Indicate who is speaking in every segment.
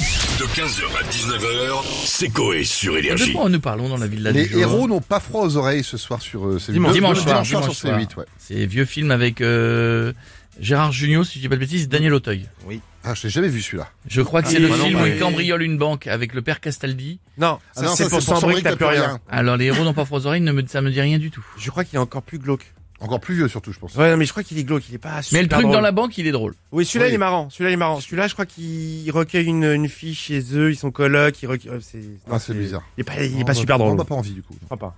Speaker 1: De 15h à 19h, c'est Coé sur
Speaker 2: De
Speaker 1: Énergie.
Speaker 2: quoi nous parlons dans la ville là
Speaker 3: Les héros n'ont pas froid aux oreilles ce soir sur euh, C8.
Speaker 2: Dimanche,
Speaker 3: Dimanche
Speaker 2: soir,
Speaker 3: soir
Speaker 2: dimanche
Speaker 3: sur
Speaker 2: soir.
Speaker 3: C8, ouais.
Speaker 2: C'est vieux film avec euh, Gérard Jugnot, si je dis pas de bêtises, Daniel Auteuil.
Speaker 3: Ah, je l'ai jamais vu celui-là.
Speaker 2: Je crois que c'est
Speaker 4: Ah,
Speaker 2: le
Speaker 4: bah non,
Speaker 2: film
Speaker 4: bah
Speaker 2: où il
Speaker 4: oui.
Speaker 2: cambriole une banque avec le père Castaldi.
Speaker 4: Non,
Speaker 3: Ah
Speaker 4: ça,
Speaker 3: non,
Speaker 4: c'est
Speaker 3: ça,
Speaker 4: pour Sambri que t'as plus rien.
Speaker 2: Alors les héros n'ont pas froid aux oreilles, ne me, ça me dit rien du tout.
Speaker 4: Je crois qu'il est encore plus glauque.
Speaker 3: Encore plus vieux surtout, je pense.
Speaker 4: Ouais, non, mais je crois qu'il est glauque, il est pas
Speaker 2: Mais
Speaker 4: super
Speaker 2: le truc dans
Speaker 4: drôle.
Speaker 2: la banque, il est drôle.
Speaker 4: Oui, celui-là,
Speaker 3: Oui.
Speaker 4: il est marrant. Celui-là, il est marrant. Celui-là, je crois qu'il recueille une, une fille chez eux, ils sont colocs, ils recueillent... euh, c'est...
Speaker 3: Ah, c'est bizarre.
Speaker 4: Il est pas, il est
Speaker 3: On
Speaker 4: pas
Speaker 3: a-
Speaker 4: super drôle.
Speaker 3: On n'a pas envie du coup.
Speaker 4: Je crois pas.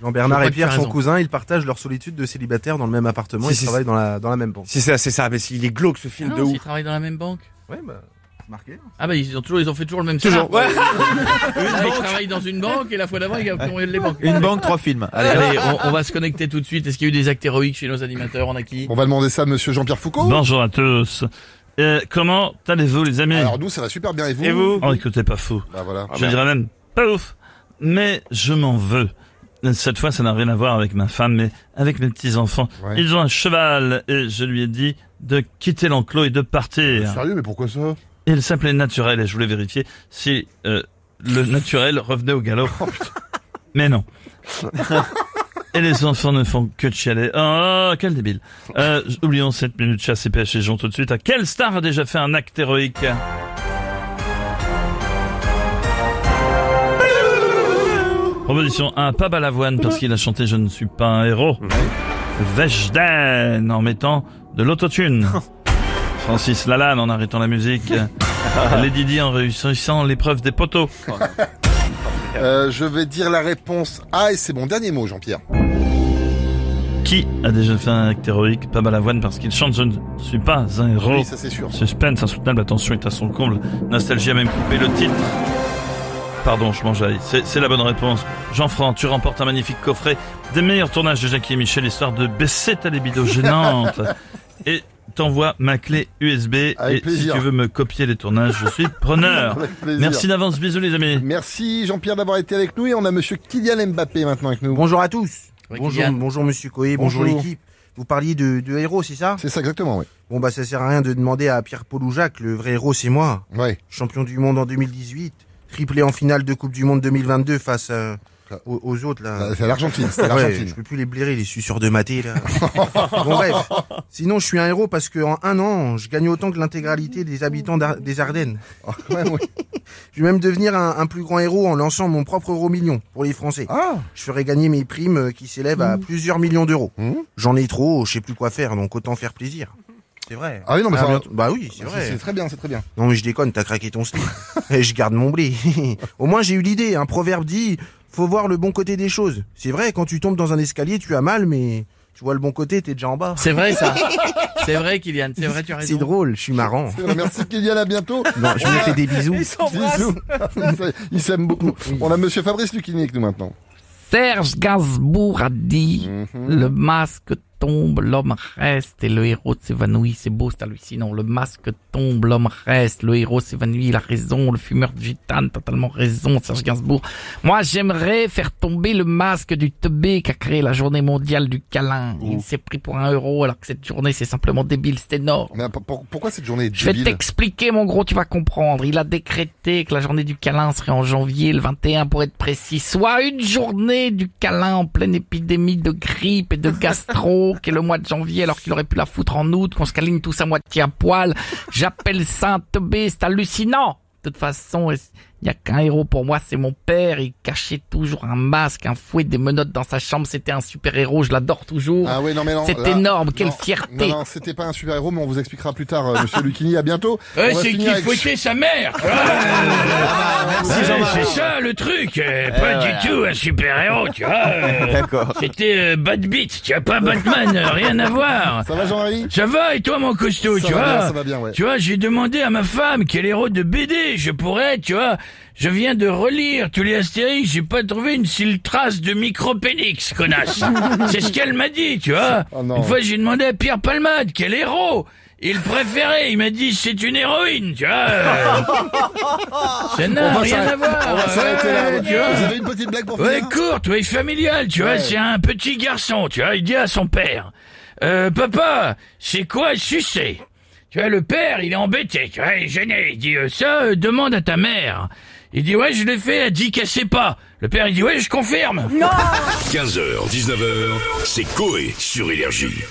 Speaker 2: Je
Speaker 5: Jean-Bernard
Speaker 2: crois
Speaker 5: et
Speaker 2: que
Speaker 5: Pierre,
Speaker 2: t'as
Speaker 5: son
Speaker 2: raison.
Speaker 5: cousin, ils partagent leur solitude de célibataire dans le même appartement.
Speaker 4: Si,
Speaker 5: ils
Speaker 4: si,
Speaker 5: travaillent dans la, dans la même banque.
Speaker 4: Si, ça, c'est ça. Mais si, il est glauque, ce
Speaker 2: Ah
Speaker 4: film, de
Speaker 2: non,
Speaker 4: ouf.
Speaker 2: s'ils travaillent dans la même banque.
Speaker 5: Ouais, bah, marqué.
Speaker 2: Ah bah ils ont toujours, ils ont fait toujours le même
Speaker 4: Toujours.
Speaker 2: scénar.
Speaker 4: Ouais.
Speaker 2: Là, ils travaillent dans une banque et la fois d'avant, ils cambriolent les banques.
Speaker 6: Une banque, trois films.
Speaker 5: Euh,
Speaker 2: Allez, allez, on, on va se connecter tout de suite. Est-ce qu'il y a eu des actes héroïques chez nos animateurs On a qui
Speaker 3: On va demander ça à monsieur Jean-Pierre Foucault.
Speaker 7: Bonjour à tous. Euh, comment allez-vous les amis
Speaker 3: Alors nous, ça va super bien et vous
Speaker 4: Et vous
Speaker 7: Oh écoutez, pas fou.
Speaker 3: Bah voilà.
Speaker 7: je dirais même pas ouf. Mais je m'en veux. Cette fois, ça n'a rien à voir avec ma femme, mais avec mes petits-enfants.
Speaker 3: Ouais.
Speaker 7: Ils ont un cheval et je lui ai dit de quitter l'enclos et de partir.
Speaker 3: Sérieux, mais pourquoi ça
Speaker 7: Il s'appelait Naturel et je voulais vérifier si euh, le naturel revenait au galop. Mais non. Et les enfants ne font que chialer. Oh, quel débile. Euh, oublions cette minute chasse et pêche et jonc tout de suite. Quelle star a déjà fait un acte héroïque Proposition 1, pas Balavoine parce qu'il a chanté Je ne suis pas un héros. Vejden en mettant de l'autotune. Francis Lalanne en arrêtant la musique. Lady Di en réussissant l'épreuve des poteaux.
Speaker 3: Euh, Je vais dire la réponse A et c'est mon dernier mot, Jean-Pierre.
Speaker 7: Qui a déjà fait un acte héroïque Pas Balavoine parce qu'il chante Je ne suis pas
Speaker 4: Oh.
Speaker 7: un héros.
Speaker 3: Oui, ça c'est sûr.
Speaker 7: Suspense insoutenable, attention est à son comble. Nostalgie a même coupé le titre. Pardon, je m'enjaille. C'est c'est la bonne réponse. Jean-Franc, tu remportes un magnifique coffret des meilleurs tournages de Jackie et Michel, histoire de baisser ta libido gênante. Et t'envoies ma clé USB.
Speaker 3: Avec
Speaker 7: et
Speaker 3: plaisir.
Speaker 7: si tu veux me copier les tournages, je suis preneur.
Speaker 3: Avec plaisir.
Speaker 7: Merci d'avance, bisous les amis.
Speaker 3: Merci Jean-Pierre d'avoir été avec nous et on a monsieur Kylian Mbappé maintenant avec nous.
Speaker 5: Bonjour à tous.
Speaker 2: Ouais,
Speaker 5: bonjour,
Speaker 2: Kylian.
Speaker 5: bonjour Monsieur Coé, bonjour,
Speaker 3: Bonjour.
Speaker 5: l'équipe. Vous parliez de, de héros, c'est ça
Speaker 3: C'est ça exactement, oui.
Speaker 5: Bon bah ça sert à rien de demander à Pierre Paul ou Jacques, le vrai héros c'est moi.
Speaker 3: Ouais.
Speaker 5: Champion du monde en 2018, triplé en finale de Coupe du Monde 2022 face euh,
Speaker 3: Ah.
Speaker 5: aux, aux autres là.
Speaker 3: C'est à l'Argentine, c'est à
Speaker 5: Ouais,
Speaker 3: l'Argentine.
Speaker 5: je peux plus les blairer, les suceurs de maté, là. bon, bref. Sinon, je suis un héros parce que en un an, je gagne autant que l'intégralité des habitants d'Ar- des Ardennes.
Speaker 3: Ouais, ouais.
Speaker 5: Je vais même devenir un, un plus grand héros en lançant mon propre euro million pour les Français.
Speaker 3: Ah,
Speaker 5: Je ferai gagner mes primes euh, qui s'élèvent à plusieurs millions d'euros.
Speaker 3: Mmh.
Speaker 5: J'en ai trop, je sais plus quoi faire, donc autant faire plaisir. C'est vrai.
Speaker 3: Ah oui, non, mais Ah, ça-
Speaker 5: bientôt- Bah oui, c'est
Speaker 3: c'est
Speaker 5: vrai.
Speaker 3: c'est très bien, c'est très bien.
Speaker 5: Non mais je déconne, t'as craqué ton slip. Et je garde mon blé. Au moins j'ai eu l'idée, un proverbe dit faut voir le bon côté des choses. C'est vrai, quand tu tombes dans un escalier, tu as mal mais tu vois le bon côté, t'es déjà en bas.
Speaker 2: C'est vrai ça. C'est vrai Kylian, c'est vrai tu as
Speaker 5: C'est
Speaker 2: raison.
Speaker 5: drôle, je suis marrant.
Speaker 3: C'est vrai. Merci Kylian, à bientôt.
Speaker 5: Non, je me fais des bisous.
Speaker 3: Bisous. Il s'aime beaucoup. On a monsieur Fabrice Lucchini avec nous maintenant.
Speaker 8: Serge Gainsbourg a dit
Speaker 3: Mhm.
Speaker 8: Le masque tombe, l'homme reste et le héros s'évanouit. C'est beau, c'est hallucinant. Le masque tombe, l'homme reste, le héros s'évanouit. Il a raison, le fumeur de gitane, totalement raison, Serge Gainsbourg. Moi, j'aimerais faire tomber le masque du teubé qu'a créé la journée mondiale du câlin. Il s'est pris pour un euro alors que cette journée, c'est simplement débile, c'est énorme.
Speaker 3: Mais ah, pour- pour- pourquoi cette journée est
Speaker 8: Je vais
Speaker 3: débile
Speaker 8: t'expliquer, mon gros, tu vas comprendre. Il a décrété que la journée du câlin serait en janvier, le 21 pour être précis. Soit une journée du câlin en pleine épidémie de grippe et de gastro, qui est le mois de janvier, alors qu'il aurait pu la foutre en août, qu'on se câline tous à moitié à poil. J'appelle ça un teubé, c'est hallucinant. De toute façon, est-ce- il n'y a qu'un héros pour moi, c'est mon père. Il cachait toujours un masque, un fouet, des menottes dans sa chambre. C'était un super héros, je l'adore toujours.
Speaker 3: Ah ouais, non, mais non.
Speaker 8: c'est
Speaker 3: là-
Speaker 8: énorme, quelle
Speaker 3: non,
Speaker 8: fierté.
Speaker 3: Non, non, c'était pas un super héros, mais on vous expliquera plus tard, euh, monsieur Lucchini. À bientôt.
Speaker 2: Ouais,
Speaker 3: On va
Speaker 2: c'est
Speaker 3: finir
Speaker 2: qu'il
Speaker 3: avec-
Speaker 2: fouettait sa mère.
Speaker 3: Ah,
Speaker 2: Ouais, c'est ça le truc. euh,
Speaker 3: Eh
Speaker 2: pas du tout un super héros, tu vois. euh, C'était euh, Bad Beat, tu vois, pas Batman, euh, rien à voir.
Speaker 3: Ça va, Jean-Marie
Speaker 2: Ça va et toi mon costaud,
Speaker 3: Ça
Speaker 2: tu
Speaker 3: va
Speaker 2: vois
Speaker 3: bien, ça va bien, ouais.
Speaker 2: Tu vois, j'ai demandé à ma femme quel héros de BD je pourrais, tu vois. Je viens de relire tous les Astérix, j'ai pas trouvé une seule trace de micropénix, connasse. C'est ce qu'elle m'a dit, tu vois.
Speaker 3: Oh non.
Speaker 2: une fois, j'ai demandé à Pierre Palmade quel héros il préférait. Il m'a dit c'est une héroïne, tu vois. Euh, Ça n'a rien
Speaker 3: s'arrêter-
Speaker 2: à voir.
Speaker 3: On va s'arrêter là.
Speaker 2: Ouais, tu vois.
Speaker 3: Vous avez une petite blague pour
Speaker 2: Ouais,
Speaker 3: finir
Speaker 2: courte, ouais, familiale, tu vois, c'est un petit garçon, tu vois, il dit à son père, euh, papa, c'est quoi sucer?
Speaker 8: Tu vois, le père, il est embêté, tu vois, il est gêné. Il dit, euh, ça, euh, demande à ta mère. Il dit, ouais, je l'ai fait, elle dit qu'elle sait pas. Le père, il dit, ouais, je confirme.
Speaker 1: 15h, 19h, c'est Coé sur Énergie.